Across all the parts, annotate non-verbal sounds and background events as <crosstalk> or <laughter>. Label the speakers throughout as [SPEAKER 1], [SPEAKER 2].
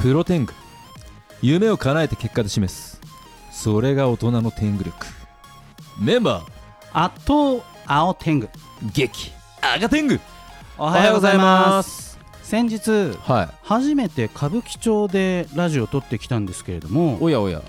[SPEAKER 1] プロテング夢を叶えて結果で示すそれが大人の天狗力メンバー
[SPEAKER 2] あと青天狗
[SPEAKER 1] 激赤天狗
[SPEAKER 2] お
[SPEAKER 1] おす
[SPEAKER 2] 先日
[SPEAKER 1] はい
[SPEAKER 2] 初めて歌舞伎町でラジオを撮ってきたんですけれども
[SPEAKER 1] おやおや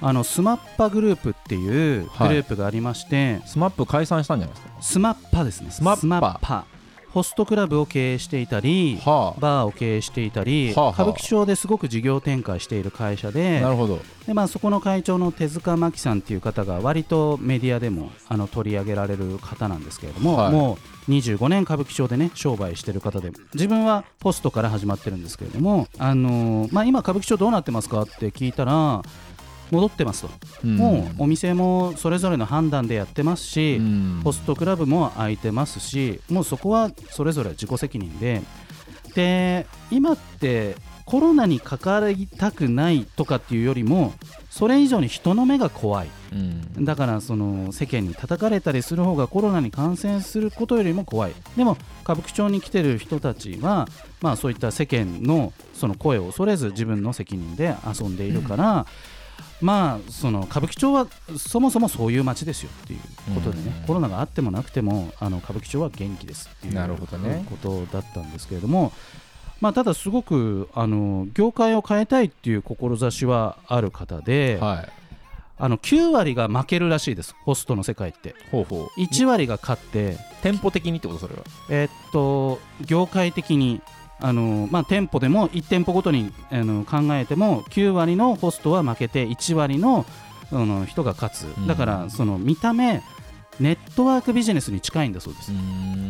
[SPEAKER 2] あのスマッパグループっていう
[SPEAKER 1] はい
[SPEAKER 2] グループがありまして、
[SPEAKER 1] スマップ解散したんじゃないです
[SPEAKER 2] スマッパですね
[SPEAKER 1] スマッパ
[SPEAKER 2] ホストクラブを経営していたり、
[SPEAKER 1] かは
[SPEAKER 2] バーを経営していたり、
[SPEAKER 1] はあはあ
[SPEAKER 2] 歌舞伎町ですごく事業展開している会社
[SPEAKER 1] あ
[SPEAKER 2] で
[SPEAKER 1] なるほど
[SPEAKER 2] で、まあ、そこの会長の手塚真紀さんっていう方が割とメディアでもあの取り上げられる方なんですけれども、
[SPEAKER 1] はい
[SPEAKER 2] もう25年歌舞伎町でね商売してる方で自分はホストから始まってるんですけれども、あのーまあ、今歌舞伎町どうなってますかって聞いたら戻ってますと、
[SPEAKER 1] ん
[SPEAKER 2] もうお店もそれぞれの判断でやってますし、
[SPEAKER 1] うん
[SPEAKER 2] ホストクラブも空いてますし、もうそこはそれぞれ自己責任で、で今ってコロナにかかりたくないとかっていうよりも、それ以上に人の目が怖い、
[SPEAKER 1] うん
[SPEAKER 2] だからその世間に叩かれたりする方がコロナに感染することよりも怖い、でも歌舞伎町に来てる人たちは、まあ、そういった世間のその声を恐れず、自分の責任で遊んでいるから、まあ、その歌舞伎町はそもそもそういう街ですよっていうことでね、
[SPEAKER 1] うん
[SPEAKER 2] コロナがあってもなくてもあの歌舞伎町は元気ですっていう
[SPEAKER 1] なるほどね
[SPEAKER 2] ことだったんですけれども、まあ、ただ、すごくあの業界を変えたいっていう志はある方で、
[SPEAKER 1] は
[SPEAKER 2] あの9割が負けるらしいです、ホストの世界って。
[SPEAKER 1] いほうほう
[SPEAKER 2] 1割が勝って、
[SPEAKER 1] 店舗的にってことそれは
[SPEAKER 2] えっと業界的にあの、まあ、店舗でも1店舗ごとにあの考えても9割のホストは負けて1割のあの人が勝
[SPEAKER 1] ん
[SPEAKER 2] つだからその見た目ネットワークビジネスに近いんだそうです、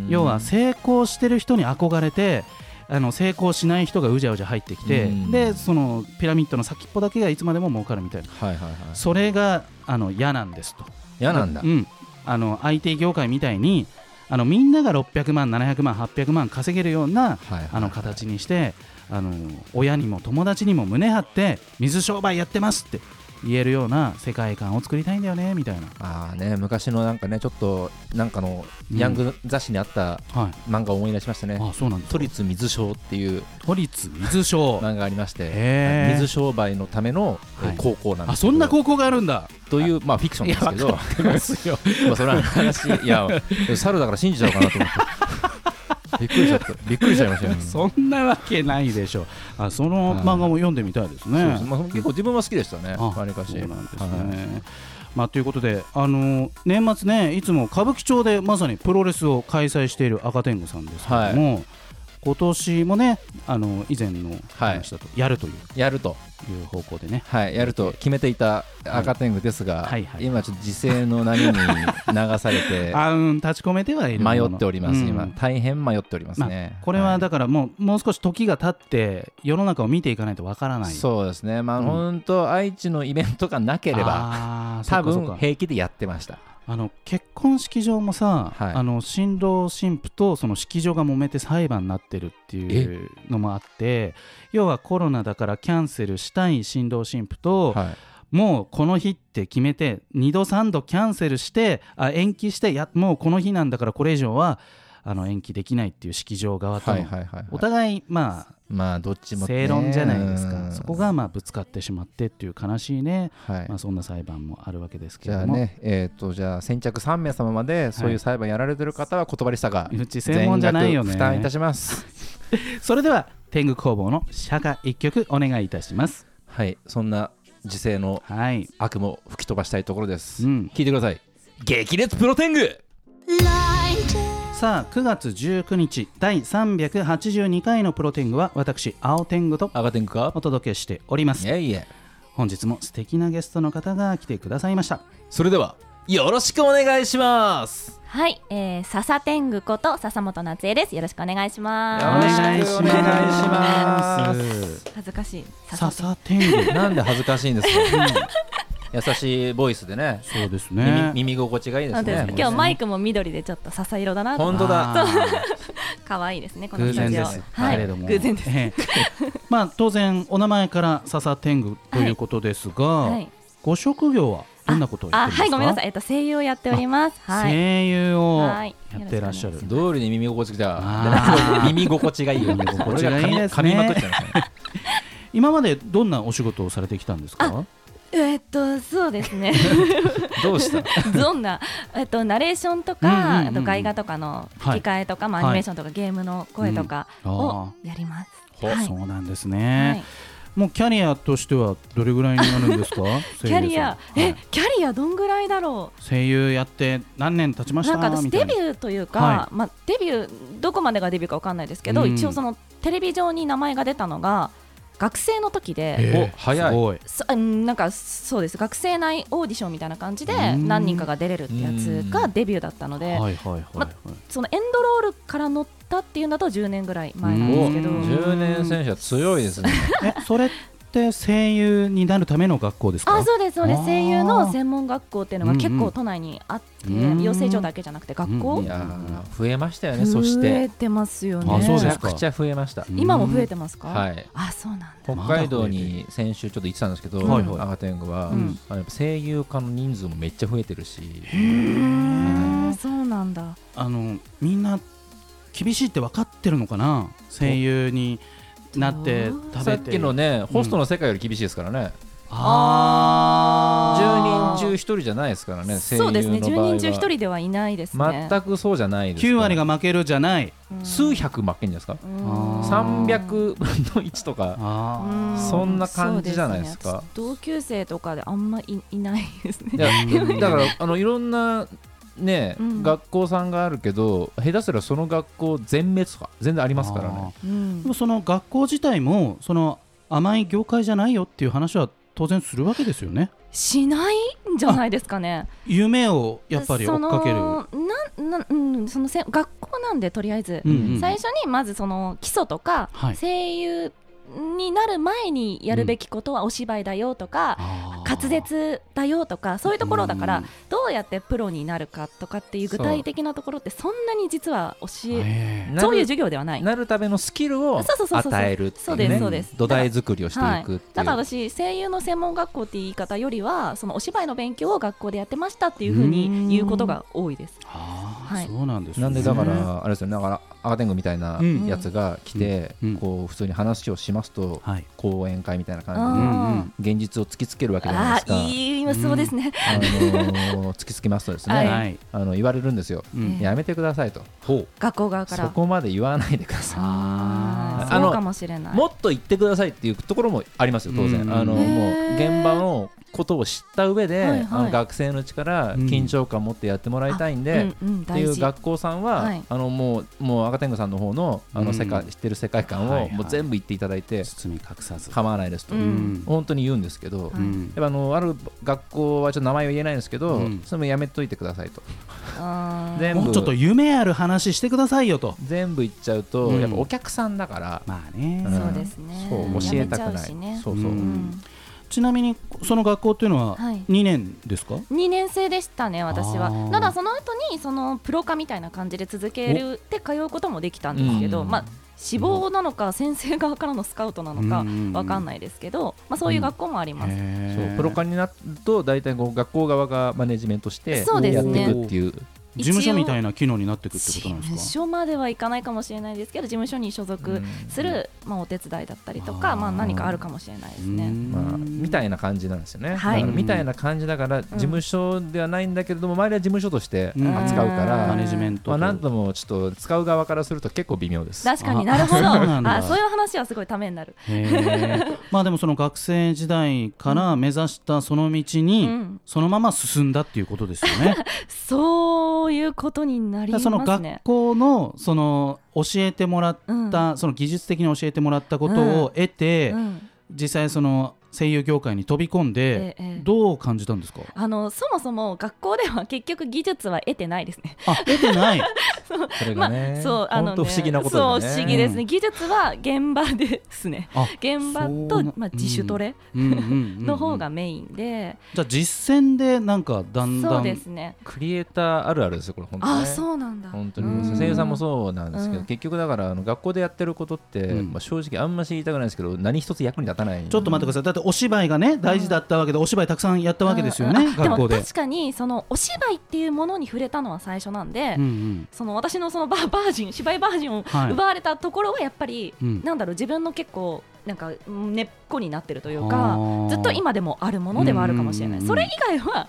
[SPEAKER 2] 要は成功してる人に憧れてあの成功しない人がうじゃうじゃ入ってきて、
[SPEAKER 1] うん
[SPEAKER 2] でそのピラミッドの先っぽだけがいつまでも儲かるみたいな
[SPEAKER 1] はいはいはい
[SPEAKER 2] それがあの嫌なんですと。
[SPEAKER 1] 嫌なんだ
[SPEAKER 2] うん、あの IT 業界みたいにあのみんなが600万、700万、800万稼げるような
[SPEAKER 1] はいはいはい
[SPEAKER 2] あの形にしてあの親にも友達にも胸張って水商売やってますって言えるような世界観を作りたいんだよねみたいな、
[SPEAKER 1] ああね昔のなんかねちょっとなんかのヤング雑誌にあった
[SPEAKER 2] はい、
[SPEAKER 1] 漫画を思い出しましたね
[SPEAKER 2] あそうなんです
[SPEAKER 1] 都立水商っていう
[SPEAKER 2] 都立水
[SPEAKER 1] <laughs>
[SPEAKER 2] 商
[SPEAKER 1] 漫画がありまして、
[SPEAKER 2] へー
[SPEAKER 1] 水商売のためのえー
[SPEAKER 2] はい
[SPEAKER 1] 高校なんで
[SPEAKER 2] あ
[SPEAKER 1] すけど
[SPEAKER 2] そんな高校があるんだ
[SPEAKER 1] というまあフィクション <laughs> ですけど
[SPEAKER 2] いやわかってますよ
[SPEAKER 1] まあそれは話い
[SPEAKER 2] <laughs>
[SPEAKER 1] や猿だから信じちゃうかなと思ってびっくりしちゃったびっくりしちゃいましたよ、
[SPEAKER 2] そんなわけないでしょあその漫画も読んでみたいですね、
[SPEAKER 1] そうですまあ、結構自分は好きでしたね
[SPEAKER 2] あ
[SPEAKER 1] わりかし
[SPEAKER 2] そうなんです
[SPEAKER 1] はい
[SPEAKER 2] ね。まあ、ということで、あのー年末ね、いつも歌舞伎町でまさにプロレスを開催している赤天狗さんですけれども、今年もね、あの以前の話だと、やるという
[SPEAKER 1] やると、
[SPEAKER 2] いう方向でね、
[SPEAKER 1] はい、やると決めていた赤天狗ですが、
[SPEAKER 2] はいはい
[SPEAKER 1] 今ちょっと時勢の波に流されて
[SPEAKER 2] <laughs> あうん、立ち込めてはいるもの
[SPEAKER 1] 迷
[SPEAKER 2] の
[SPEAKER 1] っております、
[SPEAKER 2] うん
[SPEAKER 1] 今大変迷っておりますね、
[SPEAKER 2] これはだからもう、もう少し時が経って、世の中を見ていかないとわからない。
[SPEAKER 1] そうですね、まあ、
[SPEAKER 2] うん
[SPEAKER 1] 本当、愛知のイベントがなければ、
[SPEAKER 2] ば
[SPEAKER 1] 多分平気でやってました。
[SPEAKER 2] あの結婚式場もさ、
[SPEAKER 1] はい
[SPEAKER 2] あの新郎新婦とその式場が揉めて裁判になってるっていうのもあって要はコロナだからキャンセルしたい新郎新婦と、
[SPEAKER 1] はい
[SPEAKER 2] もうこの日って決めて2度3度キャンセルしてあ延期してやもうこの日なんだからこれ以上はあの延期できないっていう式場側との、
[SPEAKER 1] はいはいはいはい
[SPEAKER 2] お互いまあ
[SPEAKER 1] まあ、どっちもね
[SPEAKER 2] 正論じゃないです
[SPEAKER 1] う
[SPEAKER 2] か
[SPEAKER 1] ん
[SPEAKER 2] そこがまあぶつかってしまってっていう悲しいね、
[SPEAKER 1] はい
[SPEAKER 2] まあ、そんな裁判もあるわけですけ
[SPEAKER 1] じ
[SPEAKER 2] れ
[SPEAKER 1] ゃあ
[SPEAKER 2] ども。
[SPEAKER 1] ね、えっ、と、じゃあ、先着3名様まで、そういう裁判やられてる方は断りしたが、
[SPEAKER 2] うち専門じゃないよね
[SPEAKER 1] 全額負担いたし
[SPEAKER 2] <laughs>
[SPEAKER 1] ます。
[SPEAKER 2] それでは天狗工房の釈迦一曲お願いいたします
[SPEAKER 1] はい、そんな時勢の
[SPEAKER 2] はい
[SPEAKER 1] 悪夢を吹き飛ばしたいところです。
[SPEAKER 2] うん
[SPEAKER 1] 聞いてください。激烈プロテング
[SPEAKER 2] さあ9月19日第382回のプロテングは私青天狗と
[SPEAKER 1] 赤天狗か
[SPEAKER 2] お届けしております
[SPEAKER 1] いえいえ。
[SPEAKER 2] 本日も素敵なゲストの方が来てくださいました
[SPEAKER 1] それでは、よろしくお願いします。
[SPEAKER 3] はい、えー、笹天狗こと笹本夏恵です。よろしくお願いし
[SPEAKER 1] よろしくお願いし
[SPEAKER 2] お
[SPEAKER 3] ま
[SPEAKER 2] 願
[SPEAKER 3] す。
[SPEAKER 2] ま
[SPEAKER 1] ます
[SPEAKER 3] 恥ずかしい。笹
[SPEAKER 2] 笹天狗
[SPEAKER 1] す。なんで恥ずかしいんです
[SPEAKER 2] <laughs>
[SPEAKER 1] か。優しいボイスでね。
[SPEAKER 2] そうです
[SPEAKER 1] 耳
[SPEAKER 2] ね
[SPEAKER 1] 耳心地がいいです
[SPEAKER 3] 本当ですか
[SPEAKER 1] ね。
[SPEAKER 3] 今日マイクも緑でちょっと笹色だなと。
[SPEAKER 1] 本当だ
[SPEAKER 2] あー
[SPEAKER 3] 可愛いですね。この
[SPEAKER 2] 偶
[SPEAKER 3] スタ
[SPEAKER 2] 然
[SPEAKER 3] ジオ
[SPEAKER 2] です
[SPEAKER 3] はい、
[SPEAKER 2] けれども
[SPEAKER 3] 偶然です。
[SPEAKER 2] ええまあ当然お名前から笹天狗ということですが、
[SPEAKER 3] はい。
[SPEAKER 2] ご職業はどんなことをや
[SPEAKER 3] あ
[SPEAKER 2] ってるんですか
[SPEAKER 3] はいごめんなさいえっと声優をやっておりますはい
[SPEAKER 2] 声優を
[SPEAKER 3] は
[SPEAKER 2] や
[SPEAKER 3] い
[SPEAKER 2] ってらっしゃる
[SPEAKER 3] よろしくお願いしま
[SPEAKER 1] 通りに耳心地き
[SPEAKER 2] あ
[SPEAKER 1] た
[SPEAKER 2] ー
[SPEAKER 1] 耳心地がいいよね
[SPEAKER 2] 耳心地がいいですね
[SPEAKER 1] 噛みまくっちゃいましたね
[SPEAKER 2] 今までどんなお仕事をされてきたんですか
[SPEAKER 3] えっとそうで
[SPEAKER 2] <laughs>
[SPEAKER 3] すね
[SPEAKER 1] どうした
[SPEAKER 3] どんなえっとナレーションと
[SPEAKER 2] うんうん
[SPEAKER 3] か、
[SPEAKER 2] うんうん
[SPEAKER 3] あと外画とかの
[SPEAKER 2] はい
[SPEAKER 3] 吹き替えとか、まあ
[SPEAKER 2] はい
[SPEAKER 3] アニメーションとか、ゲームの声とかをやります、
[SPEAKER 1] うんあー
[SPEAKER 3] はい
[SPEAKER 2] そうなんです
[SPEAKER 3] は
[SPEAKER 2] ね
[SPEAKER 3] い、
[SPEAKER 2] もうキャリアとしてはどれぐらいになるんですか
[SPEAKER 3] <laughs> キャ
[SPEAKER 2] 声優
[SPEAKER 3] リア、
[SPEAKER 2] さんは
[SPEAKER 3] え
[SPEAKER 2] い
[SPEAKER 3] キャリアどんぐらいだろう
[SPEAKER 2] 声優やって何年経ちました
[SPEAKER 3] なんか私
[SPEAKER 2] みたい
[SPEAKER 3] デビューというか、
[SPEAKER 2] は
[SPEAKER 3] まあ、デビューどこまでがデビューかわかんないですけど、
[SPEAKER 2] うん
[SPEAKER 3] 一応そのテレビ上に名前が出たのが学生の時で、
[SPEAKER 1] お
[SPEAKER 2] へー
[SPEAKER 1] 早い
[SPEAKER 2] すごい
[SPEAKER 3] そうんなんかそうです学生内オーディションみたいな感じで
[SPEAKER 2] うん
[SPEAKER 3] 何人かが出れるってやつがデビューだったので、
[SPEAKER 2] はいはいはいはい、
[SPEAKER 3] まそのエンドロールから乗ったっていうのだと10年ぐらい前なん
[SPEAKER 1] お
[SPEAKER 3] ですけど。
[SPEAKER 1] 10年選手は強いですね
[SPEAKER 2] えそれって声優になるための学校ですか
[SPEAKER 3] あそうですそうで
[SPEAKER 2] あー
[SPEAKER 3] す声優の専門学校っていうのが結
[SPEAKER 2] うんう
[SPEAKER 3] 構
[SPEAKER 2] ん
[SPEAKER 3] 都内にあって、
[SPEAKER 2] うん
[SPEAKER 3] 養成所だけじゃなくて学校、
[SPEAKER 2] うん
[SPEAKER 1] い
[SPEAKER 2] うん
[SPEAKER 1] やー増えましたよねそし
[SPEAKER 3] 増え
[SPEAKER 1] て
[SPEAKER 3] てますよ
[SPEAKER 2] あ
[SPEAKER 3] ね。
[SPEAKER 2] そ
[SPEAKER 1] め
[SPEAKER 2] う
[SPEAKER 1] ち
[SPEAKER 2] で
[SPEAKER 1] ゃ
[SPEAKER 2] すか
[SPEAKER 1] くちゃ増えました
[SPEAKER 2] うん
[SPEAKER 3] 今も増えてますか。
[SPEAKER 1] はい
[SPEAKER 3] あ、そうなんだ。
[SPEAKER 1] 北海道に先週ちょっと行ってたんですけど、
[SPEAKER 2] はいはい
[SPEAKER 1] アガテングは、
[SPEAKER 2] うん
[SPEAKER 1] あのやっぱ声優家の人数もめっちゃ増えてるし、
[SPEAKER 3] へえ、そうなんだ。
[SPEAKER 2] あのみんな厳しいって分かってるのかな声優になって
[SPEAKER 3] どう
[SPEAKER 2] 食
[SPEAKER 1] さ
[SPEAKER 2] べ
[SPEAKER 1] ってきのね、ホストの世界より厳しいですからね、
[SPEAKER 2] あ
[SPEAKER 1] 10
[SPEAKER 3] あー
[SPEAKER 1] 人中1人じゃないですからね、声優の
[SPEAKER 3] そうですね。
[SPEAKER 1] 場
[SPEAKER 3] 十
[SPEAKER 1] 合は
[SPEAKER 3] 人中一人ではいないですね。
[SPEAKER 1] 全くそうじゃないですから
[SPEAKER 2] 9割が負けるじゃない
[SPEAKER 3] うん
[SPEAKER 1] 数。百負けんじゃないですか、
[SPEAKER 3] うん
[SPEAKER 2] あー
[SPEAKER 1] 300分の1とか、
[SPEAKER 2] あ
[SPEAKER 3] う
[SPEAKER 2] ー
[SPEAKER 1] そんな感じじゃないですか
[SPEAKER 3] そうね同級生とかであんまいいないですね。
[SPEAKER 1] いや
[SPEAKER 2] うん
[SPEAKER 1] だからあのいろんな、ね
[SPEAKER 3] うん
[SPEAKER 1] 学校さんがあるけど、下手すらその学校全滅とか、全然ありますからね。
[SPEAKER 3] う
[SPEAKER 2] で
[SPEAKER 3] ん
[SPEAKER 2] もその学校自体もその甘い業界じゃないよっていう話は当然するわけですよね
[SPEAKER 3] しないんじゃないですかね。
[SPEAKER 2] 夢をやっぱり追っかける
[SPEAKER 3] そのなんなんうんそのせ学校なんでとりあえず、
[SPEAKER 2] うんうん
[SPEAKER 3] 最初にまずその基礎とか、
[SPEAKER 2] はい
[SPEAKER 3] 声優になる前にやるべきことはお芝居だよとか、
[SPEAKER 2] あー
[SPEAKER 3] 滑舌だよとかそういうところだから、
[SPEAKER 2] うん
[SPEAKER 3] どうやってプロになるかとかっていう具体的なところってそんなに実は教
[SPEAKER 2] へ
[SPEAKER 3] え
[SPEAKER 2] ー
[SPEAKER 1] なる
[SPEAKER 3] そういう授業ではない。
[SPEAKER 1] なるためのスキルを
[SPEAKER 3] そうそうそうそう
[SPEAKER 1] 与えるってい
[SPEAKER 3] そううです
[SPEAKER 1] ね
[SPEAKER 3] そうです
[SPEAKER 1] 土台作りをしていくってい
[SPEAKER 3] だ
[SPEAKER 1] う、
[SPEAKER 3] から私声優の専門学校って言い方よりはそのお芝居の勉強を学校でやってましたっていうふうに言うことが多いです。
[SPEAKER 2] あー
[SPEAKER 3] はい
[SPEAKER 2] そうなんですね
[SPEAKER 1] なんでだからあれですよねだから赤天狗みたいな
[SPEAKER 2] うん
[SPEAKER 1] やつが来て、
[SPEAKER 2] うん
[SPEAKER 1] こう普通に話をしますと、
[SPEAKER 2] はい
[SPEAKER 1] 講演会みたいな
[SPEAKER 3] あ
[SPEAKER 1] 感
[SPEAKER 3] ー
[SPEAKER 1] じ
[SPEAKER 2] うんうん
[SPEAKER 1] で現実を突きつけるわけじゃない
[SPEAKER 3] あ
[SPEAKER 1] です
[SPEAKER 3] あ
[SPEAKER 1] か
[SPEAKER 3] ーいいそうですね。
[SPEAKER 1] あのー突きつけますとですね、
[SPEAKER 3] <laughs> はい
[SPEAKER 2] はい
[SPEAKER 1] あの言われるんですよ、
[SPEAKER 2] うん
[SPEAKER 1] やめてくださいと
[SPEAKER 3] 学校側か
[SPEAKER 1] そ
[SPEAKER 3] ら。
[SPEAKER 1] こまで言わないでください
[SPEAKER 3] あ
[SPEAKER 2] あ
[SPEAKER 1] あ
[SPEAKER 3] ー
[SPEAKER 1] の
[SPEAKER 3] そうかもしれな
[SPEAKER 1] <laughs>
[SPEAKER 3] い。
[SPEAKER 1] もっと言ってくださいっていうところもありますよ当然、
[SPEAKER 2] うん
[SPEAKER 1] あの
[SPEAKER 2] へー
[SPEAKER 1] もう現場のことを知った上で、
[SPEAKER 3] はいはい
[SPEAKER 1] あの学生のうちから緊張感を持ってやってもらいたいんで、
[SPEAKER 3] うんうん、
[SPEAKER 1] ってい
[SPEAKER 3] 大
[SPEAKER 1] う
[SPEAKER 3] 事
[SPEAKER 1] 学校さんは、
[SPEAKER 3] はい
[SPEAKER 1] あのもうもう赤天狗さんの方のあ
[SPEAKER 2] う
[SPEAKER 1] の
[SPEAKER 2] ん
[SPEAKER 1] 世界、知ってる世界観を、
[SPEAKER 2] はいはい
[SPEAKER 1] もう全部言っていただいて
[SPEAKER 2] 包み隠さず
[SPEAKER 1] 構わないですと、
[SPEAKER 3] うん
[SPEAKER 1] 本当に言うんですけど、
[SPEAKER 3] は
[SPEAKER 2] う
[SPEAKER 3] い
[SPEAKER 2] ん
[SPEAKER 1] やっぱあのある学校はちょっと名前は言えないんですけど、
[SPEAKER 2] うん
[SPEAKER 1] それもやめといてくださいと
[SPEAKER 3] あー
[SPEAKER 1] 全
[SPEAKER 2] もうちょっと
[SPEAKER 1] 部
[SPEAKER 2] 夢ある話してくださいよと
[SPEAKER 1] 全部言っちゃうと、
[SPEAKER 2] うん
[SPEAKER 1] やっぱお客さんだから、
[SPEAKER 2] まあね、
[SPEAKER 1] ん
[SPEAKER 3] そうですね
[SPEAKER 1] そう教えたく
[SPEAKER 3] やめちゃ
[SPEAKER 1] な
[SPEAKER 3] う
[SPEAKER 1] い、
[SPEAKER 3] しね
[SPEAKER 1] そうそう、
[SPEAKER 2] うん
[SPEAKER 3] ん
[SPEAKER 2] ちなみにその学校っていうのは
[SPEAKER 3] はい
[SPEAKER 2] 2年ですか、
[SPEAKER 3] 2年生でしたね私
[SPEAKER 2] あ
[SPEAKER 3] は
[SPEAKER 2] ー
[SPEAKER 3] ただその後にそのプロ化みたいな感じで続けるって通うこともできたんですけど、
[SPEAKER 1] うん
[SPEAKER 3] まあ志望なのか先生側からのスカウトなのかわかんないですけど、まあ、そういう学校もあります、
[SPEAKER 2] へ
[SPEAKER 1] そ
[SPEAKER 2] ー
[SPEAKER 1] うプロ化になると大体こう学校側がマネジメントして
[SPEAKER 3] そうです
[SPEAKER 1] やって
[SPEAKER 3] ね
[SPEAKER 1] いくっていう
[SPEAKER 2] 事務所みたいな機能になってくって
[SPEAKER 3] 事
[SPEAKER 2] ことなんで
[SPEAKER 3] 務
[SPEAKER 2] すか
[SPEAKER 3] 所まではいかないかもしれないですけど事務所に所属する、まあ、お手伝いだったりと
[SPEAKER 2] あ
[SPEAKER 3] か
[SPEAKER 2] ー
[SPEAKER 3] まあ、何かあるかもしれないです
[SPEAKER 2] う
[SPEAKER 3] ね。
[SPEAKER 2] ん
[SPEAKER 1] まあ、みたいな感じなんですよね、
[SPEAKER 3] は
[SPEAKER 1] だ
[SPEAKER 3] い
[SPEAKER 1] からみたいな感じだから事務所ではないんだけれども、周りは事務所として扱うか
[SPEAKER 3] うん
[SPEAKER 2] マ
[SPEAKER 1] ら、
[SPEAKER 2] ネジメントと、
[SPEAKER 1] まあ、なんともちょっと使う側からすると結構微妙です。
[SPEAKER 3] 確かになるほど
[SPEAKER 2] あそうなんだ
[SPEAKER 3] あそういう話はすごいためになる。
[SPEAKER 2] へーまあでもその学生時代から目指したその道に、
[SPEAKER 3] うん
[SPEAKER 2] そのまま進んだっていうことですよ
[SPEAKER 3] <laughs>
[SPEAKER 2] ね。
[SPEAKER 3] そういうことになり
[SPEAKER 2] だから
[SPEAKER 3] ます
[SPEAKER 2] その
[SPEAKER 3] ね
[SPEAKER 2] 学。校のその教えてもらっ
[SPEAKER 3] うん
[SPEAKER 2] た、その技術的に教えてもらったことを得て、
[SPEAKER 3] うん
[SPEAKER 2] 実際その声優業界に飛び込んで、
[SPEAKER 3] ええええ
[SPEAKER 2] どう感じたんですか
[SPEAKER 3] あのそもそも学校では結局技術は得てないですね。
[SPEAKER 2] あ得てない
[SPEAKER 1] それがね、
[SPEAKER 3] そうあの、ね、
[SPEAKER 1] 本当不思議なことだよね
[SPEAKER 3] そう不思議ですね、技術は現場ですね
[SPEAKER 2] あ
[SPEAKER 3] 現
[SPEAKER 2] そ
[SPEAKER 3] 場
[SPEAKER 2] う
[SPEAKER 3] と
[SPEAKER 2] な、
[SPEAKER 3] まあ、自主トレ
[SPEAKER 2] うんうんうんうん
[SPEAKER 3] <laughs> の方がメインで、
[SPEAKER 2] じゃあ実践でなんかだんだん
[SPEAKER 3] そうですね
[SPEAKER 1] クリエイターあるあるですよこれ本当
[SPEAKER 3] あ
[SPEAKER 1] ね
[SPEAKER 3] あそうなんだ
[SPEAKER 1] 本当
[SPEAKER 3] うん
[SPEAKER 1] に声優さんもそうなんですけど、
[SPEAKER 3] うん
[SPEAKER 1] 結局だからあの学校でやってることって、
[SPEAKER 2] うん
[SPEAKER 1] まあ、正直あんまし言いたくないですけど何一つ役に立たない
[SPEAKER 2] ちょっと待ってくださいだってお芝居がね大事だったわけでお芝居たくさんやったわけですよね、
[SPEAKER 3] うんうんあ
[SPEAKER 2] 学校
[SPEAKER 3] で
[SPEAKER 2] で
[SPEAKER 3] も確かにそのお芝居っていうものに触れたのは最初なんで、
[SPEAKER 2] うんうん
[SPEAKER 3] その私のそのババージン芝居バージンを
[SPEAKER 2] はい
[SPEAKER 3] 奪われたところはやっぱり、
[SPEAKER 2] うん
[SPEAKER 3] なんだろう自分の結構なんか根っこになってるという
[SPEAKER 2] あ
[SPEAKER 3] か
[SPEAKER 2] ー
[SPEAKER 3] ずっと今でもあるものではあるかもしれな
[SPEAKER 2] う
[SPEAKER 3] い
[SPEAKER 2] んうん
[SPEAKER 3] それ以外は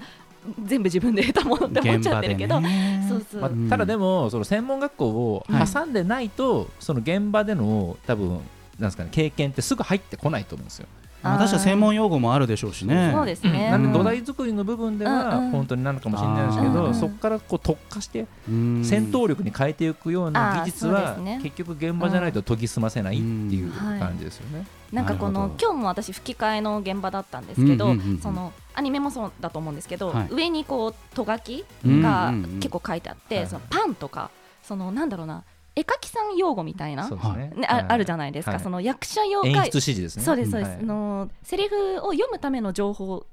[SPEAKER 3] 全部自分で得たものって思っちゃってるけど、
[SPEAKER 2] 現場でね
[SPEAKER 3] そうそう、
[SPEAKER 1] まあ
[SPEAKER 2] うん
[SPEAKER 1] ただでもその専門学校を
[SPEAKER 2] はい
[SPEAKER 1] 挟んでないと、その現場での多分なんですかね経験ってすぐ入ってこないと思うんですよ。
[SPEAKER 2] まあ確かに専門用語もあるでしょうしね
[SPEAKER 3] そうですね、
[SPEAKER 1] なん
[SPEAKER 2] う
[SPEAKER 1] で土台作りの部分では
[SPEAKER 3] うんうん
[SPEAKER 1] 本当になるかもしれないですけど、
[SPEAKER 3] あー
[SPEAKER 1] そこからこう特化して
[SPEAKER 2] うん
[SPEAKER 1] 戦闘力に変えていくような技術
[SPEAKER 3] あー
[SPEAKER 1] は
[SPEAKER 3] そうですね
[SPEAKER 1] 結局現場じゃないと研ぎ澄ませないっていう感じですよね。
[SPEAKER 3] なんかこ
[SPEAKER 2] なる
[SPEAKER 3] の
[SPEAKER 2] ほど
[SPEAKER 3] 今日も私吹き替えの現場だったんですけ
[SPEAKER 2] う
[SPEAKER 3] ど、
[SPEAKER 2] んうんうんうん
[SPEAKER 3] そのアニメもそうだと思うんですけど、
[SPEAKER 2] はい
[SPEAKER 3] 上にこうと書き
[SPEAKER 2] うん
[SPEAKER 3] が
[SPEAKER 2] うんうん
[SPEAKER 3] 結構書いてあって、
[SPEAKER 1] はい
[SPEAKER 3] そのパンとかそのなんだろうな絵描きさん用語みたいな、
[SPEAKER 1] そう
[SPEAKER 3] ね
[SPEAKER 1] ですね
[SPEAKER 3] ああるじ
[SPEAKER 1] ゃ
[SPEAKER 3] ゃないですか、
[SPEAKER 1] はい
[SPEAKER 3] その役者用
[SPEAKER 1] 演
[SPEAKER 3] が
[SPEAKER 1] 出指示ですね。
[SPEAKER 3] そうですそうです、
[SPEAKER 1] はい
[SPEAKER 3] あのセリフを読むための情報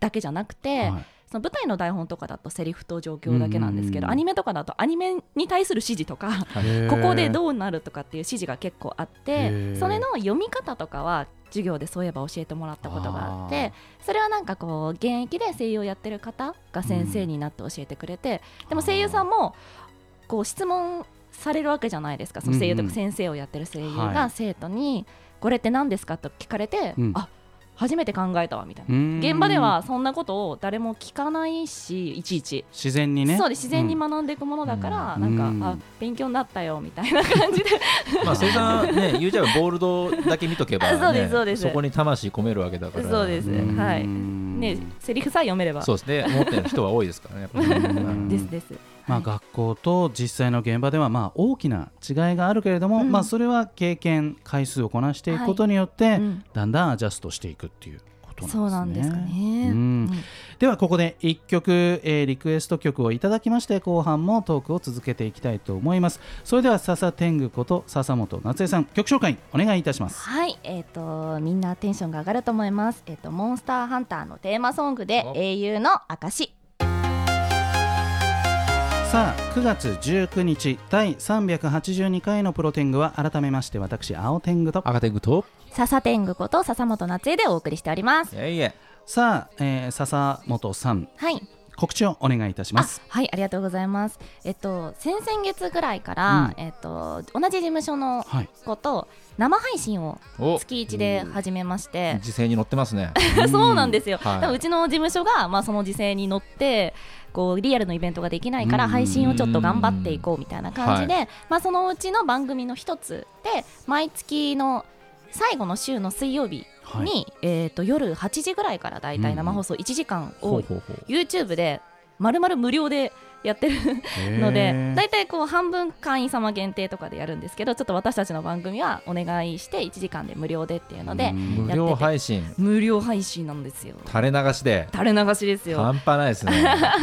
[SPEAKER 3] だけじゃなくて、
[SPEAKER 2] はい
[SPEAKER 3] その舞台の台本とかだとセリフと状況だけなんですけど、
[SPEAKER 2] うん
[SPEAKER 3] アニメとかだとアニメに対する指示とか
[SPEAKER 2] へー
[SPEAKER 3] ここでどうなるとかっていう指示が結構あっ
[SPEAKER 2] へ
[SPEAKER 3] て
[SPEAKER 2] ー
[SPEAKER 3] それの読み方とかは授業でそういえば教えてもらったことがあっ
[SPEAKER 2] あー
[SPEAKER 3] てそれはなんかこう現役で声優をやってる方が先生になって教えてくれて、でも声優さんもこう質問されるわけじゃないですかその声優と
[SPEAKER 2] うんう
[SPEAKER 3] か
[SPEAKER 2] ん
[SPEAKER 3] 先生をやってる声優
[SPEAKER 2] はい
[SPEAKER 3] が生徒に「これって何ですか?」と聞かれて「
[SPEAKER 2] うん
[SPEAKER 3] あ初めて考えたわ」みたいうな。
[SPEAKER 2] ん
[SPEAKER 3] 現場ではそんなことを誰も聞かないしいちいち
[SPEAKER 2] 自然にね
[SPEAKER 3] そうで自然に学んでいくものだから、
[SPEAKER 2] うん
[SPEAKER 3] なんか、
[SPEAKER 2] う
[SPEAKER 3] あ
[SPEAKER 2] ん
[SPEAKER 3] 勉強になったよみたいな感じで
[SPEAKER 1] まあ、生産ね、言うちゃえばボールドだけ見とけば、ね、
[SPEAKER 3] <laughs> そうですそうです
[SPEAKER 1] こに魂込めるわけだから。
[SPEAKER 3] そうです
[SPEAKER 1] ん
[SPEAKER 2] うん
[SPEAKER 3] はいねセリフさえ読めれば
[SPEAKER 1] そうですね、持ってる人は多いですからね。やっぱり
[SPEAKER 2] ん
[SPEAKER 3] ですです、
[SPEAKER 2] まあ、
[SPEAKER 3] はい
[SPEAKER 2] 学校と実際の現場ではまあ大きな違いがあるけれども、
[SPEAKER 3] うん
[SPEAKER 2] まあ、それは経験回数をこなしていくことによって、
[SPEAKER 3] うん
[SPEAKER 2] だんだんアジャストしていくっていうこと
[SPEAKER 3] そうな
[SPEAKER 2] なんんで
[SPEAKER 3] です
[SPEAKER 2] ね。
[SPEAKER 3] すかね、
[SPEAKER 2] うんではここで1曲、えーリクエスト曲をいただきまして後半もトークを続けていきたいと思いますそれでは笹天狗こと笹本夏江さん曲紹介お願いいたします
[SPEAKER 3] はいえっ、とみんなテンションが上がると思いますえっ、とモンスターハンターのテーマソングで
[SPEAKER 1] お
[SPEAKER 3] 英雄の証
[SPEAKER 2] さあ9月19日第382回のプロ天狗は改めまして私青天狗と
[SPEAKER 1] 赤天狗と。
[SPEAKER 3] 笹天狗こと笹本夏恵でお送りしております
[SPEAKER 1] いやいや。
[SPEAKER 2] さあ、えー笹本さん
[SPEAKER 3] はい
[SPEAKER 2] 告知をお願いいたしま
[SPEAKER 3] あ
[SPEAKER 2] す。
[SPEAKER 3] はいありがとうございますえっと先々月ぐらいから、えっと同じ事務所の
[SPEAKER 2] はい。
[SPEAKER 3] こと生配信を
[SPEAKER 1] お。
[SPEAKER 3] 月一で始めまして、
[SPEAKER 1] 時勢に乗ってます
[SPEAKER 3] <laughs>
[SPEAKER 1] ね。
[SPEAKER 3] <laughs> そうなんですよ、
[SPEAKER 1] はい
[SPEAKER 3] 多分うちの事務所が、まあ、その時勢に乗ってこうリアルのイベントができないから
[SPEAKER 2] うん
[SPEAKER 3] 配信をちょっと頑張っていこうみたいな感じで、まあ、そのうちの番組の一つで毎月の最後の週の水曜日
[SPEAKER 2] は
[SPEAKER 3] に、
[SPEAKER 2] い
[SPEAKER 3] えー、と夜8時ぐらいからだいたい生放送1時間
[SPEAKER 1] ほ
[SPEAKER 3] を
[SPEAKER 1] うほうほう。
[SPEAKER 3] YouTube で丸々無料でやってるので大体こう半分会員様限定とかでやるんですけどちょっと私たちの番組はお願いして1時間で無料でっていうので
[SPEAKER 1] 無料配信。
[SPEAKER 3] 無料配信なんですよ
[SPEAKER 1] 垂れ流しで。
[SPEAKER 3] 垂れ流しですよ
[SPEAKER 1] 半端ないです
[SPEAKER 3] <laughs>
[SPEAKER 1] ね。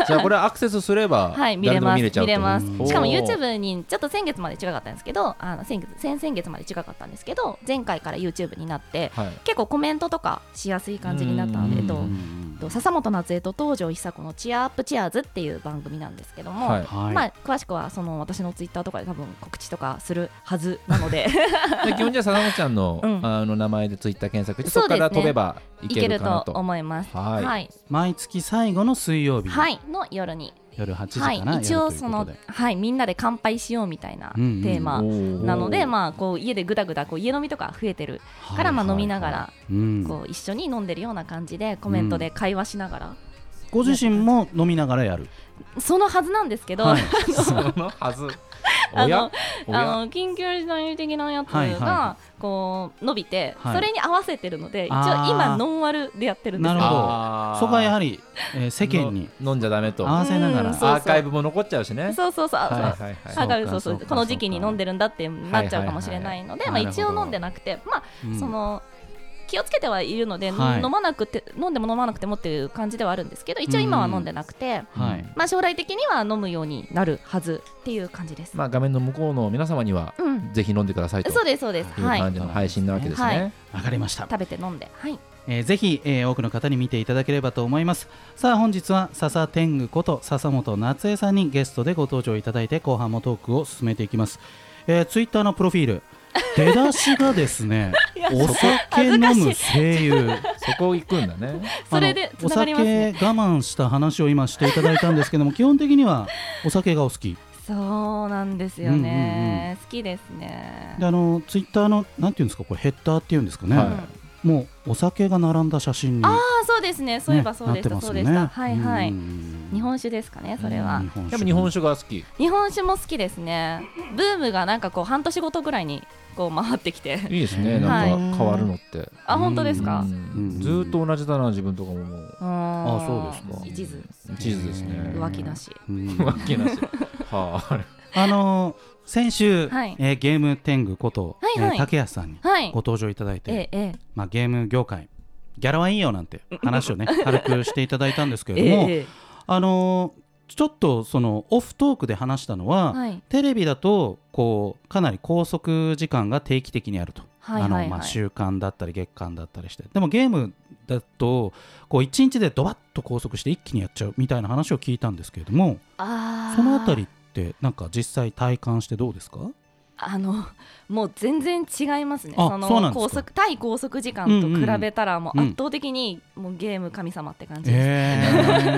[SPEAKER 1] じゃあ、これアクセスすれば。
[SPEAKER 3] はい見
[SPEAKER 1] 誰
[SPEAKER 3] れます
[SPEAKER 1] でも見れちゃうと。
[SPEAKER 3] 見れます
[SPEAKER 1] おー
[SPEAKER 3] しかも YouTube にちょっと先月まで違かったんですけどあの先月先々月まで違かったんですけど前回から YouTube になって
[SPEAKER 1] はい。
[SPEAKER 3] 結構コメントとかしやすい感じになったのでえっとえっと笹本夏恵と東條久子の「チアアップチアーズ」っていう番組なんですけども、
[SPEAKER 1] はい。
[SPEAKER 2] はい。
[SPEAKER 3] まあ、詳しくはその私のツイッターとかで多分告知とかするはずな
[SPEAKER 2] <laughs>
[SPEAKER 3] ので
[SPEAKER 1] で基本じゃあ、さなちゃんの、
[SPEAKER 3] うん
[SPEAKER 1] あの名前でツイッター検索して、
[SPEAKER 3] そ
[SPEAKER 1] そうこ
[SPEAKER 3] です
[SPEAKER 1] から
[SPEAKER 3] ね
[SPEAKER 1] 飛べばい
[SPEAKER 3] いけ
[SPEAKER 1] ける
[SPEAKER 3] る
[SPEAKER 1] かな
[SPEAKER 3] と
[SPEAKER 1] と。
[SPEAKER 3] 思います。
[SPEAKER 1] は
[SPEAKER 3] はいい、はい
[SPEAKER 2] 毎月最後の水曜日、
[SPEAKER 3] の夜に、
[SPEAKER 2] 夜8時
[SPEAKER 3] はい
[SPEAKER 2] からや、ると
[SPEAKER 3] 一
[SPEAKER 2] いう
[SPEAKER 3] 応
[SPEAKER 2] ことで、
[SPEAKER 3] その、はい、みんなで乾杯しようみたいな
[SPEAKER 2] う
[SPEAKER 3] テ
[SPEAKER 2] んうん
[SPEAKER 3] ーマ
[SPEAKER 1] おー
[SPEAKER 3] なので、まあ、こう家でぐだぐだこう家飲みとか増えてる
[SPEAKER 2] はい
[SPEAKER 3] から、まあ、飲みながら
[SPEAKER 2] うん
[SPEAKER 3] こう一緒に飲んでるような感じでコメントで会話しながら、
[SPEAKER 2] ご自身も飲みながらやる。
[SPEAKER 3] そのはずなんですけど、 <laughs>
[SPEAKER 2] はい
[SPEAKER 1] そのはず。
[SPEAKER 3] あ
[SPEAKER 1] お
[SPEAKER 3] の
[SPEAKER 1] や。おや
[SPEAKER 3] あの緊急事態的なやつ
[SPEAKER 2] はいは
[SPEAKER 3] がこう伸びて、
[SPEAKER 2] はい
[SPEAKER 3] それに合わせてるので一応
[SPEAKER 2] あー
[SPEAKER 3] 今ノンアルでやってるんで
[SPEAKER 2] な
[SPEAKER 3] すよ
[SPEAKER 2] るほど
[SPEAKER 1] あー
[SPEAKER 2] そこはやはり、えー世間に
[SPEAKER 1] の飲んじゃダメと
[SPEAKER 2] 合わせなが
[SPEAKER 3] う
[SPEAKER 2] ら
[SPEAKER 3] ん。そう
[SPEAKER 1] アーカイブも残っちゃうしね。
[SPEAKER 3] そうそうそう、
[SPEAKER 1] はい
[SPEAKER 3] あ
[SPEAKER 1] はい
[SPEAKER 3] そう
[SPEAKER 1] は。
[SPEAKER 2] はい
[SPEAKER 3] わかる
[SPEAKER 2] そう
[SPEAKER 3] そ
[SPEAKER 2] かそ
[SPEAKER 3] うそう
[SPEAKER 2] うか
[SPEAKER 3] この時期に飲んでるんだってなっちゃうかもしれないので、
[SPEAKER 1] はいはいはい
[SPEAKER 3] まあ、一
[SPEAKER 1] なるほ
[SPEAKER 3] 応
[SPEAKER 1] ど
[SPEAKER 3] 飲んでなくて、まあ
[SPEAKER 2] うん
[SPEAKER 3] その気をつけてはいるので、
[SPEAKER 2] はい
[SPEAKER 3] 飲まなくて飲んでも飲まなくてもっていう感じではあるんですけど一応今は飲んでなくて、
[SPEAKER 2] はい
[SPEAKER 3] まあ、将来的には飲むようになるはずっていう感じです。
[SPEAKER 1] まあ、画面の向こうの皆様には、
[SPEAKER 3] うん、
[SPEAKER 1] ぜひ飲んでくださいという
[SPEAKER 3] そうですそうです。はい、
[SPEAKER 1] 感じの配信なわけですね。
[SPEAKER 3] はい
[SPEAKER 2] わかりました
[SPEAKER 3] 食べて飲んで、はい、
[SPEAKER 2] えーぜひ、えー多くの方に見ていただければと思いますさあ本日は笹天狗こと笹本夏恵さんにゲストでご登場いただいて後半もトークを進めていきます、えー、ツイッターのプロフィール出だしがです
[SPEAKER 3] <laughs>
[SPEAKER 2] ねお酒飲む声優
[SPEAKER 1] そこ行くんだね。
[SPEAKER 3] それで
[SPEAKER 2] あのお
[SPEAKER 3] つながり
[SPEAKER 2] 酒
[SPEAKER 3] ます
[SPEAKER 2] 我
[SPEAKER 3] ね。
[SPEAKER 2] 慢した話を今していただいたんですけ
[SPEAKER 3] <laughs>
[SPEAKER 2] ども基本的にはお酒がお好き
[SPEAKER 3] そうなんですよね、好きですね。
[SPEAKER 2] であのツイッターのなんていうんですかこれヘッダーっていうんですかね、
[SPEAKER 1] は
[SPEAKER 3] うん
[SPEAKER 1] い
[SPEAKER 2] もうお酒が並んだ写真に、ね、
[SPEAKER 3] ああそうですね。そういえばそうでした、
[SPEAKER 2] なってま
[SPEAKER 3] そう
[SPEAKER 2] すよ
[SPEAKER 3] で
[SPEAKER 2] ね
[SPEAKER 3] した。はいは
[SPEAKER 2] う
[SPEAKER 3] い。
[SPEAKER 2] ん
[SPEAKER 3] 日本酒ですかねそれ
[SPEAKER 2] う
[SPEAKER 3] は
[SPEAKER 2] ん。本
[SPEAKER 1] やっぱ日本酒が好き。
[SPEAKER 3] 日本酒も好きですね。ブームがなんかこう半年ごとぐらいにこう回って
[SPEAKER 2] <laughs>
[SPEAKER 3] きて、
[SPEAKER 1] いいですね。なんか変わるのって。
[SPEAKER 3] あ本当です
[SPEAKER 1] う
[SPEAKER 3] か。
[SPEAKER 1] んずーっと同じだな自分とかもも
[SPEAKER 2] <laughs>
[SPEAKER 1] う
[SPEAKER 3] あ
[SPEAKER 2] あそうですか
[SPEAKER 3] 一途
[SPEAKER 1] 地図ですね。
[SPEAKER 3] 浮気なし。
[SPEAKER 2] うん
[SPEAKER 1] 浮気なし。はあ。
[SPEAKER 2] あのー先週、
[SPEAKER 3] はい
[SPEAKER 2] えーゲーム天狗こと、
[SPEAKER 3] はいはい
[SPEAKER 2] えー竹谷さんに
[SPEAKER 3] はい
[SPEAKER 2] ご。登場いただいて、
[SPEAKER 3] ええええ
[SPEAKER 2] まあ、ゲーム業界ギャラはいいよなんて話
[SPEAKER 3] <laughs>
[SPEAKER 2] をね軽くしていただいたんですけ
[SPEAKER 3] え
[SPEAKER 2] れども、
[SPEAKER 3] え
[SPEAKER 2] あのーちょっとそのオフトークで話したのは、
[SPEAKER 3] はい
[SPEAKER 2] テレビだとこうかなり拘束時間が定期的にあると、
[SPEAKER 3] はいはいはい
[SPEAKER 2] あのまあ、週間だったり月間だったりしてでもゲームだとこう1日でドバッと拘束して一気にやっちゃうみたいな話を聞いたんですけれども
[SPEAKER 3] あー
[SPEAKER 2] そのあたりってなんか実際体感してどうですか
[SPEAKER 3] あのもう全然違いますね。
[SPEAKER 2] あ
[SPEAKER 3] その
[SPEAKER 2] そうなんですか
[SPEAKER 3] 拘束対拘束時間と比べたらもう
[SPEAKER 2] うん
[SPEAKER 3] 圧倒的にもうゲーム神様って感じです。
[SPEAKER 2] え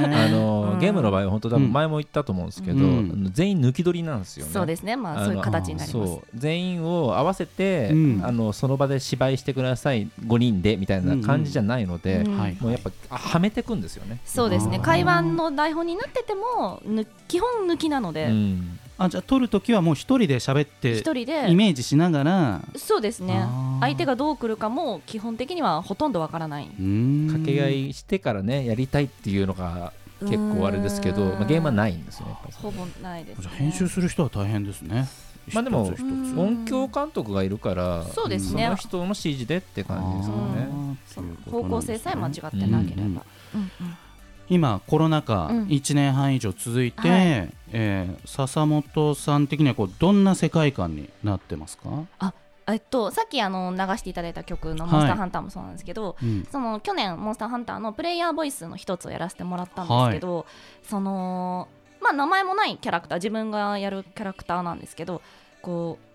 [SPEAKER 2] <laughs>
[SPEAKER 1] あ
[SPEAKER 3] う
[SPEAKER 1] の
[SPEAKER 3] ん
[SPEAKER 1] ゲームの場合は本当多
[SPEAKER 2] う
[SPEAKER 1] 分
[SPEAKER 2] ん
[SPEAKER 1] 前も言ったと思うんですけど、
[SPEAKER 2] うん
[SPEAKER 1] あの全員抜き取りなんですよね。
[SPEAKER 3] そうですね。まあそういう形になります。
[SPEAKER 1] そう全員を合わせて、
[SPEAKER 2] うん
[SPEAKER 1] あのその場で芝居してください5人でみたいな感じじゃないので、
[SPEAKER 3] うん
[SPEAKER 2] はい
[SPEAKER 1] もうやっぱあはめてくんですよね。
[SPEAKER 3] そうですね
[SPEAKER 2] あー
[SPEAKER 3] 会話の台本になっててもぬ基本抜きなので
[SPEAKER 1] うん
[SPEAKER 2] あじゃあ撮るときはもう一人で喋っ
[SPEAKER 3] 一
[SPEAKER 2] て
[SPEAKER 3] 人
[SPEAKER 2] イ
[SPEAKER 3] で
[SPEAKER 2] メージしながら
[SPEAKER 3] そうですね
[SPEAKER 2] あー
[SPEAKER 3] 相手がどう来るかも基本的にはほとんどわからない
[SPEAKER 2] 掛
[SPEAKER 1] 掛け合いしてからねやりたいっていうのが結構あれですけど、
[SPEAKER 3] うーん
[SPEAKER 1] まあ、ゲームはないんですよねやっぱり
[SPEAKER 3] ほぼないです
[SPEAKER 2] じゃあ
[SPEAKER 3] ね
[SPEAKER 2] 編集する人は大変ですね
[SPEAKER 1] まあでも
[SPEAKER 2] 一つ一つ
[SPEAKER 3] うん
[SPEAKER 1] 音響監督がいるから
[SPEAKER 3] そうです
[SPEAKER 1] そ
[SPEAKER 3] ね
[SPEAKER 1] の人の指示でって感じですか
[SPEAKER 3] ね
[SPEAKER 1] ね。
[SPEAKER 3] その方向性さえ間違ってなけれ
[SPEAKER 2] うんう
[SPEAKER 3] ば
[SPEAKER 2] ん
[SPEAKER 3] うん
[SPEAKER 2] 今コロナ禍
[SPEAKER 3] うん
[SPEAKER 2] 1年半以上続いて、
[SPEAKER 3] は
[SPEAKER 2] えー笹本さん的にはこうどんな世界観になってますか、
[SPEAKER 3] うんえっとさっきあの流していただいた曲の「
[SPEAKER 2] はい
[SPEAKER 3] モンスターハンター」もそうなんですけど
[SPEAKER 2] うん
[SPEAKER 3] その去年「モンスターハンター」のプレイヤーボイスの一つをやらせてもらったんですけどそのまあ名前もないキャラクター自分がやるキャラクターなんですけどこう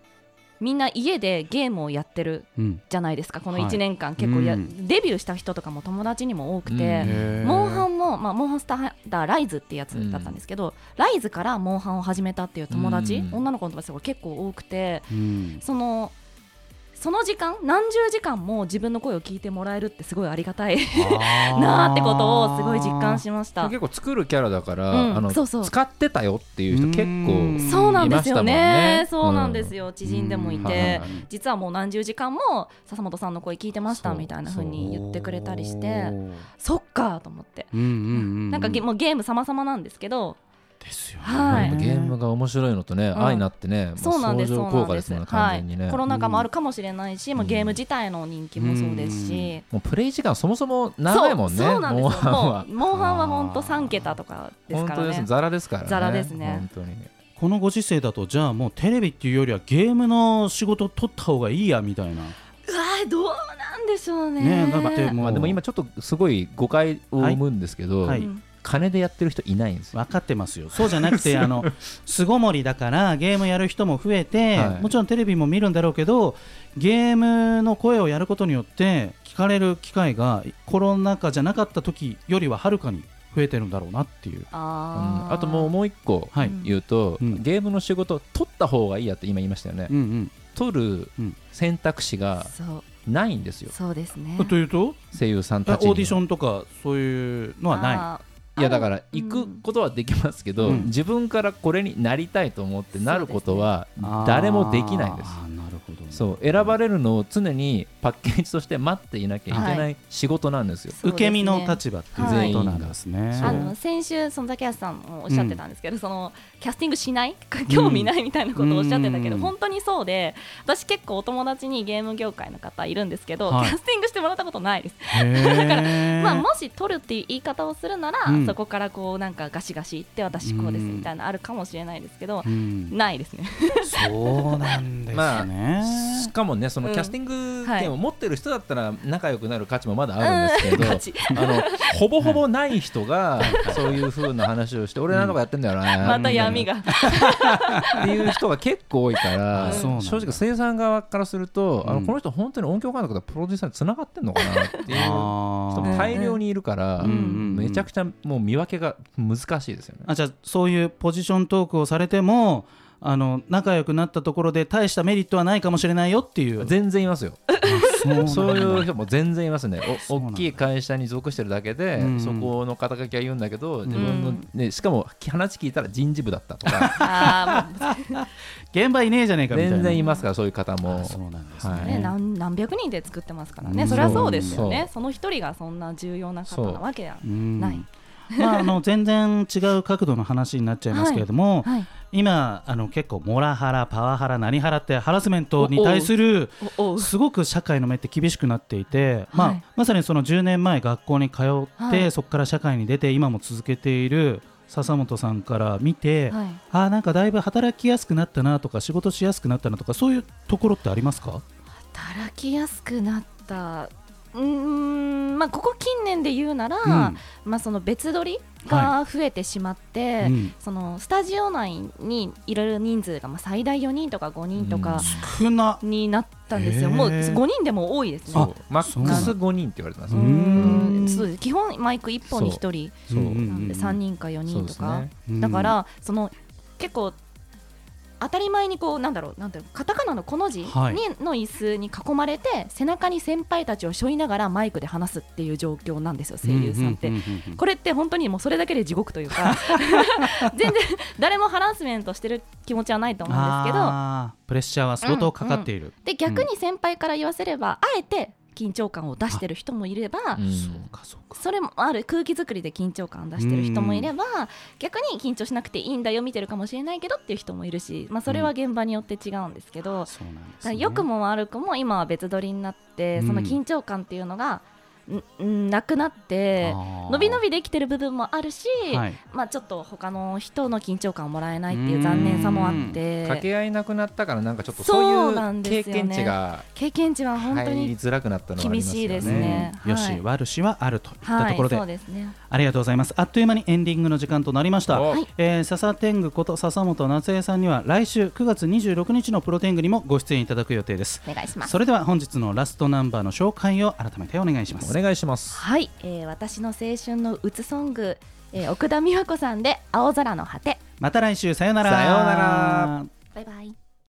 [SPEAKER 3] みんな家でゲームをやってる
[SPEAKER 2] うん
[SPEAKER 3] じゃないですかこの
[SPEAKER 2] はい
[SPEAKER 3] 1年間結構や、
[SPEAKER 2] うん
[SPEAKER 3] デビューした人とかも友達にも多く
[SPEAKER 1] うん
[SPEAKER 3] て、
[SPEAKER 2] へー
[SPEAKER 3] モンハンも、まあ、モンスターハンターライズってやつだったんですけど、ライズからモンハンを始めたっていう友達、
[SPEAKER 1] うん
[SPEAKER 3] 女の子の友達が結構多くて
[SPEAKER 2] うん
[SPEAKER 3] そのその時間何十時間も自分の声を聞いてもらえるってすごいありがたい <laughs> なあってことをすごい実感しました
[SPEAKER 1] 結構作るキャラだから、
[SPEAKER 3] うん
[SPEAKER 1] あの
[SPEAKER 3] そうそう
[SPEAKER 1] 使ってたよっていう人結
[SPEAKER 2] うん
[SPEAKER 1] 構
[SPEAKER 3] そうなんですよね
[SPEAKER 1] いましたもんね
[SPEAKER 3] そうなんですよ、知人でもいて、
[SPEAKER 1] うんはいはいはい
[SPEAKER 3] 実はもう何十時間も笹本さんの声聞いてました
[SPEAKER 1] そう
[SPEAKER 3] みたいな風に言ってくれたりしてそっかと思って
[SPEAKER 2] うんうんうん、
[SPEAKER 3] なんかゲもうゲーム様々なんですけど、
[SPEAKER 2] ですよね、
[SPEAKER 3] はい
[SPEAKER 1] やっぱゲームが面白いのとね、
[SPEAKER 3] ん
[SPEAKER 1] 愛なってね、もう
[SPEAKER 3] そうなんです、
[SPEAKER 1] 相
[SPEAKER 3] そ
[SPEAKER 1] 乗
[SPEAKER 3] う
[SPEAKER 1] 効果
[SPEAKER 3] な
[SPEAKER 1] で
[SPEAKER 3] んですす、
[SPEAKER 1] もんね、
[SPEAKER 3] は
[SPEAKER 1] 完全にね。
[SPEAKER 3] い、コロナ禍もあるかもしれないし、もうゲーム自体の人気もそうですし、
[SPEAKER 1] もうプレイ時間そもそも長いもんね、
[SPEAKER 3] そうそうなんです
[SPEAKER 1] モン
[SPEAKER 3] よ、
[SPEAKER 1] ハンは
[SPEAKER 3] もう、モンハンは本当3桁とかです
[SPEAKER 1] 本
[SPEAKER 3] か
[SPEAKER 1] 当
[SPEAKER 3] ら
[SPEAKER 1] です
[SPEAKER 3] ね、
[SPEAKER 1] ザラですからね。
[SPEAKER 3] ザラですね
[SPEAKER 1] 本当に。
[SPEAKER 2] このご時世だとじゃあもうテレビっていうよりはゲームの仕事取った方がいいやみたいな
[SPEAKER 3] うわー、どうなんでしょうね。
[SPEAKER 2] ねえだってもう
[SPEAKER 1] まあでも今ちょっとすごい誤解を生むんですけど、
[SPEAKER 2] はい
[SPEAKER 3] うん
[SPEAKER 1] 金でやってる人いないんですよ。
[SPEAKER 2] 分かってますよそうじゃなく
[SPEAKER 1] <laughs>
[SPEAKER 2] てあの巣ごもりだからゲームやる人も増えて、
[SPEAKER 1] はい
[SPEAKER 2] もちろんテレビも見るんだろうけどゲームの声をやることによって聞かれる機会がコロナ禍じゃなかった時よりははるかに増えてるんだろうなっていう
[SPEAKER 3] あ
[SPEAKER 1] うん
[SPEAKER 3] ー
[SPEAKER 1] あともうもう一個
[SPEAKER 2] はい、
[SPEAKER 3] うん
[SPEAKER 1] 言うと、
[SPEAKER 2] うん
[SPEAKER 1] ゲームの仕事取った方がいいやって今言いましたよね、
[SPEAKER 2] うん
[SPEAKER 1] 取る
[SPEAKER 2] うん
[SPEAKER 1] 選択肢が
[SPEAKER 3] そう
[SPEAKER 1] ないんですよ
[SPEAKER 3] そうですね
[SPEAKER 2] うん、というと
[SPEAKER 1] 声優さん
[SPEAKER 2] えオ
[SPEAKER 1] たちには
[SPEAKER 2] ーディションとかそういうのはない
[SPEAKER 1] やだから
[SPEAKER 3] う
[SPEAKER 1] 行
[SPEAKER 3] ん
[SPEAKER 1] くことはできますけど、
[SPEAKER 2] うん
[SPEAKER 1] 自分からこれになりたいと思ってなることは
[SPEAKER 2] あー
[SPEAKER 1] 誰もできないです。
[SPEAKER 2] あーなるほほど
[SPEAKER 1] そう選ばれるのを常にパッケージとして待っていなきゃいけな
[SPEAKER 3] はい
[SPEAKER 1] 仕事なんですよ。
[SPEAKER 3] そうです
[SPEAKER 2] 受
[SPEAKER 3] ね
[SPEAKER 2] け身の立場っていうことなんですね。
[SPEAKER 1] はい
[SPEAKER 3] あの先週、その竹安さんもおっしゃってたんですけど、そのキャスティングしない興味ないみたいなことをおっしゃってたけど、
[SPEAKER 2] うん
[SPEAKER 3] 本当にそうで私、結構お友達にゲーム業界の方いるんですけど、
[SPEAKER 2] はい
[SPEAKER 3] キャスティングしてもらったことないです。
[SPEAKER 2] だから
[SPEAKER 3] <laughs> まあ、もし取るっていう言い方をするなら、
[SPEAKER 2] うん
[SPEAKER 3] そこからこうなんかガシガシ言って私こうですみたいなのあるかもしれないですけど、
[SPEAKER 2] うん、
[SPEAKER 3] ないですね。
[SPEAKER 2] そうなんですね。
[SPEAKER 1] まあしかもねその
[SPEAKER 3] うん
[SPEAKER 1] キャスティング
[SPEAKER 3] はい
[SPEAKER 1] 権を持ってる人だったら仲良くなる価値もまだあるんですけど、
[SPEAKER 3] <laughs> ガチ
[SPEAKER 1] あのほぼほぼない人がそういう風な話をして俺なんとかやってんだよな、
[SPEAKER 3] また闇が。
[SPEAKER 1] っていう人が結構多いか
[SPEAKER 3] あ
[SPEAKER 1] ら
[SPEAKER 2] そうなんだ
[SPEAKER 1] 正直生産側からすると、あ
[SPEAKER 2] う
[SPEAKER 1] の
[SPEAKER 2] ん
[SPEAKER 1] この人本当に音響監督とプロデューサーに繋がってんのかなっていう人も
[SPEAKER 2] あ
[SPEAKER 1] 大量にいるから、
[SPEAKER 2] ーうんうん
[SPEAKER 1] めちゃくちゃもう見分けが難しいですよね。
[SPEAKER 2] あじゃあそういうポジショントークをされてもあの仲良くなったところで大したメリットはないかもしれないよっていう
[SPEAKER 1] 全然いますよ
[SPEAKER 2] そう
[SPEAKER 1] そういう
[SPEAKER 2] う
[SPEAKER 1] 人も全然います
[SPEAKER 2] <laughs>
[SPEAKER 1] ねお
[SPEAKER 2] うなん
[SPEAKER 1] 大
[SPEAKER 2] だ
[SPEAKER 1] きい会社に属してるだけで、
[SPEAKER 2] うん
[SPEAKER 1] そこの肩書きは言うんだけど自分
[SPEAKER 3] う
[SPEAKER 1] の
[SPEAKER 3] ん、
[SPEAKER 1] ね、しかも話聞いたら人事部だったとか
[SPEAKER 3] あーも
[SPEAKER 2] 現場いねえじゃねえか <laughs> みたいな
[SPEAKER 1] 全然いますからそういう方も
[SPEAKER 2] あそうなんですね、
[SPEAKER 3] う
[SPEAKER 1] は
[SPEAKER 3] ね、
[SPEAKER 1] い
[SPEAKER 3] 何何百人で作ってますからね、
[SPEAKER 2] うん
[SPEAKER 3] そりゃそうですよね
[SPEAKER 1] そう
[SPEAKER 3] その一人がそんな重要な方なわけや
[SPEAKER 2] うん
[SPEAKER 3] ない
[SPEAKER 2] まああの全然違う角度の話になっちゃいますけれども、
[SPEAKER 3] はい
[SPEAKER 2] 今あの結構モラハラパワハラ何ハラってハラスメントに対する
[SPEAKER 3] おお
[SPEAKER 2] すごく社会の目って厳しくなっていて、まあ
[SPEAKER 3] はい
[SPEAKER 2] まさにその10年前学校に通って、
[SPEAKER 3] はい
[SPEAKER 2] そこから社会に出て今も続けている笹本さんから見て、
[SPEAKER 3] はい
[SPEAKER 2] あーなんかだいぶ働きやすくなったなとか仕事しやすくなったなとかそういうところってありますか
[SPEAKER 3] 働きやすくなったうーんまあここ近年で言うなら、
[SPEAKER 2] うん
[SPEAKER 3] まあその別撮りが増えてしまって、
[SPEAKER 2] うん
[SPEAKER 3] そのスタジオ内にいろいろ人数がまあ最大4人とか5人とか
[SPEAKER 2] 少な
[SPEAKER 3] になったんですよ、
[SPEAKER 2] へー
[SPEAKER 3] もう5人でも多いです
[SPEAKER 1] そ
[SPEAKER 3] ね。
[SPEAKER 1] うマックス5人って言われてます
[SPEAKER 3] う
[SPEAKER 2] う
[SPEAKER 3] ー
[SPEAKER 2] ん
[SPEAKER 1] ね、
[SPEAKER 3] んそうです基本マイク1本に1人
[SPEAKER 1] そう
[SPEAKER 2] うん
[SPEAKER 3] なんで3人か4人
[SPEAKER 1] そうで
[SPEAKER 3] とか、
[SPEAKER 1] すね
[SPEAKER 2] うん
[SPEAKER 3] だからその結構当たり前にこうなんだろうなんていうのカタカナのこの字に
[SPEAKER 2] はい
[SPEAKER 3] の椅子に囲まれて背中に先輩たちを背負いながらマイクで話すっていう状況なんですよ声優さんって。
[SPEAKER 2] うううんうん
[SPEAKER 3] これって本当にもうそれだけで地獄とい
[SPEAKER 2] <laughs>
[SPEAKER 3] うか全然誰もハラスメントしてる気持ちはないと思うんですけど
[SPEAKER 2] あープレッシャーは相当かかっている、
[SPEAKER 3] で逆に先輩から言わせれば、あえて緊張感を出してる人もいれば、
[SPEAKER 1] うん
[SPEAKER 2] そうかそうか
[SPEAKER 3] それもある空気作りで緊張感を出してる人もいれば逆に緊張しなくていいんだよ見てるかもしれないけどっていう人もいるし、まあ、それは現場によって違うんですけど、
[SPEAKER 2] そうなんで
[SPEAKER 3] だか
[SPEAKER 2] す、
[SPEAKER 3] ら
[SPEAKER 2] ね、
[SPEAKER 3] 良くも悪くも今は別撮りになって、
[SPEAKER 2] うん
[SPEAKER 3] その緊張感っていうのがんんなくなって
[SPEAKER 2] 伸
[SPEAKER 3] 伸び伸びできてる部分もあるし、
[SPEAKER 2] はい、
[SPEAKER 3] まあ、ちょっと他の人の緊張感をもらえないっていう残念さもあって。
[SPEAKER 1] 掛け合いなくなったからなんかちょっと
[SPEAKER 3] そ
[SPEAKER 1] そうう
[SPEAKER 3] ないん
[SPEAKER 1] う経
[SPEAKER 3] ですよね
[SPEAKER 1] 験値が
[SPEAKER 3] 経験値は本当
[SPEAKER 1] 入り
[SPEAKER 3] に、
[SPEAKER 1] づらくなったのはありますよね
[SPEAKER 3] 厳しいですね
[SPEAKER 2] うんよし、
[SPEAKER 3] はい
[SPEAKER 2] 悪しはあるといった
[SPEAKER 3] は
[SPEAKER 2] と
[SPEAKER 3] い、
[SPEAKER 2] ころで、
[SPEAKER 3] そうですね。
[SPEAKER 2] ありがとうございますあっという間にエンディングの時間となりました
[SPEAKER 1] お
[SPEAKER 3] はい
[SPEAKER 2] えー、笹天狗こと笹本夏江さんには来週9月26日のプロ天狗にもご出演いただく予定です
[SPEAKER 3] お願いします。
[SPEAKER 2] それでは本日のラストナンバーの紹介を改めてお願いします
[SPEAKER 1] お願いします
[SPEAKER 3] はい、えー、私の青春のうつソング、えー、奥田美和子さんで青空の果て。
[SPEAKER 2] また来週さようなら
[SPEAKER 1] さようなら
[SPEAKER 3] バイバイ。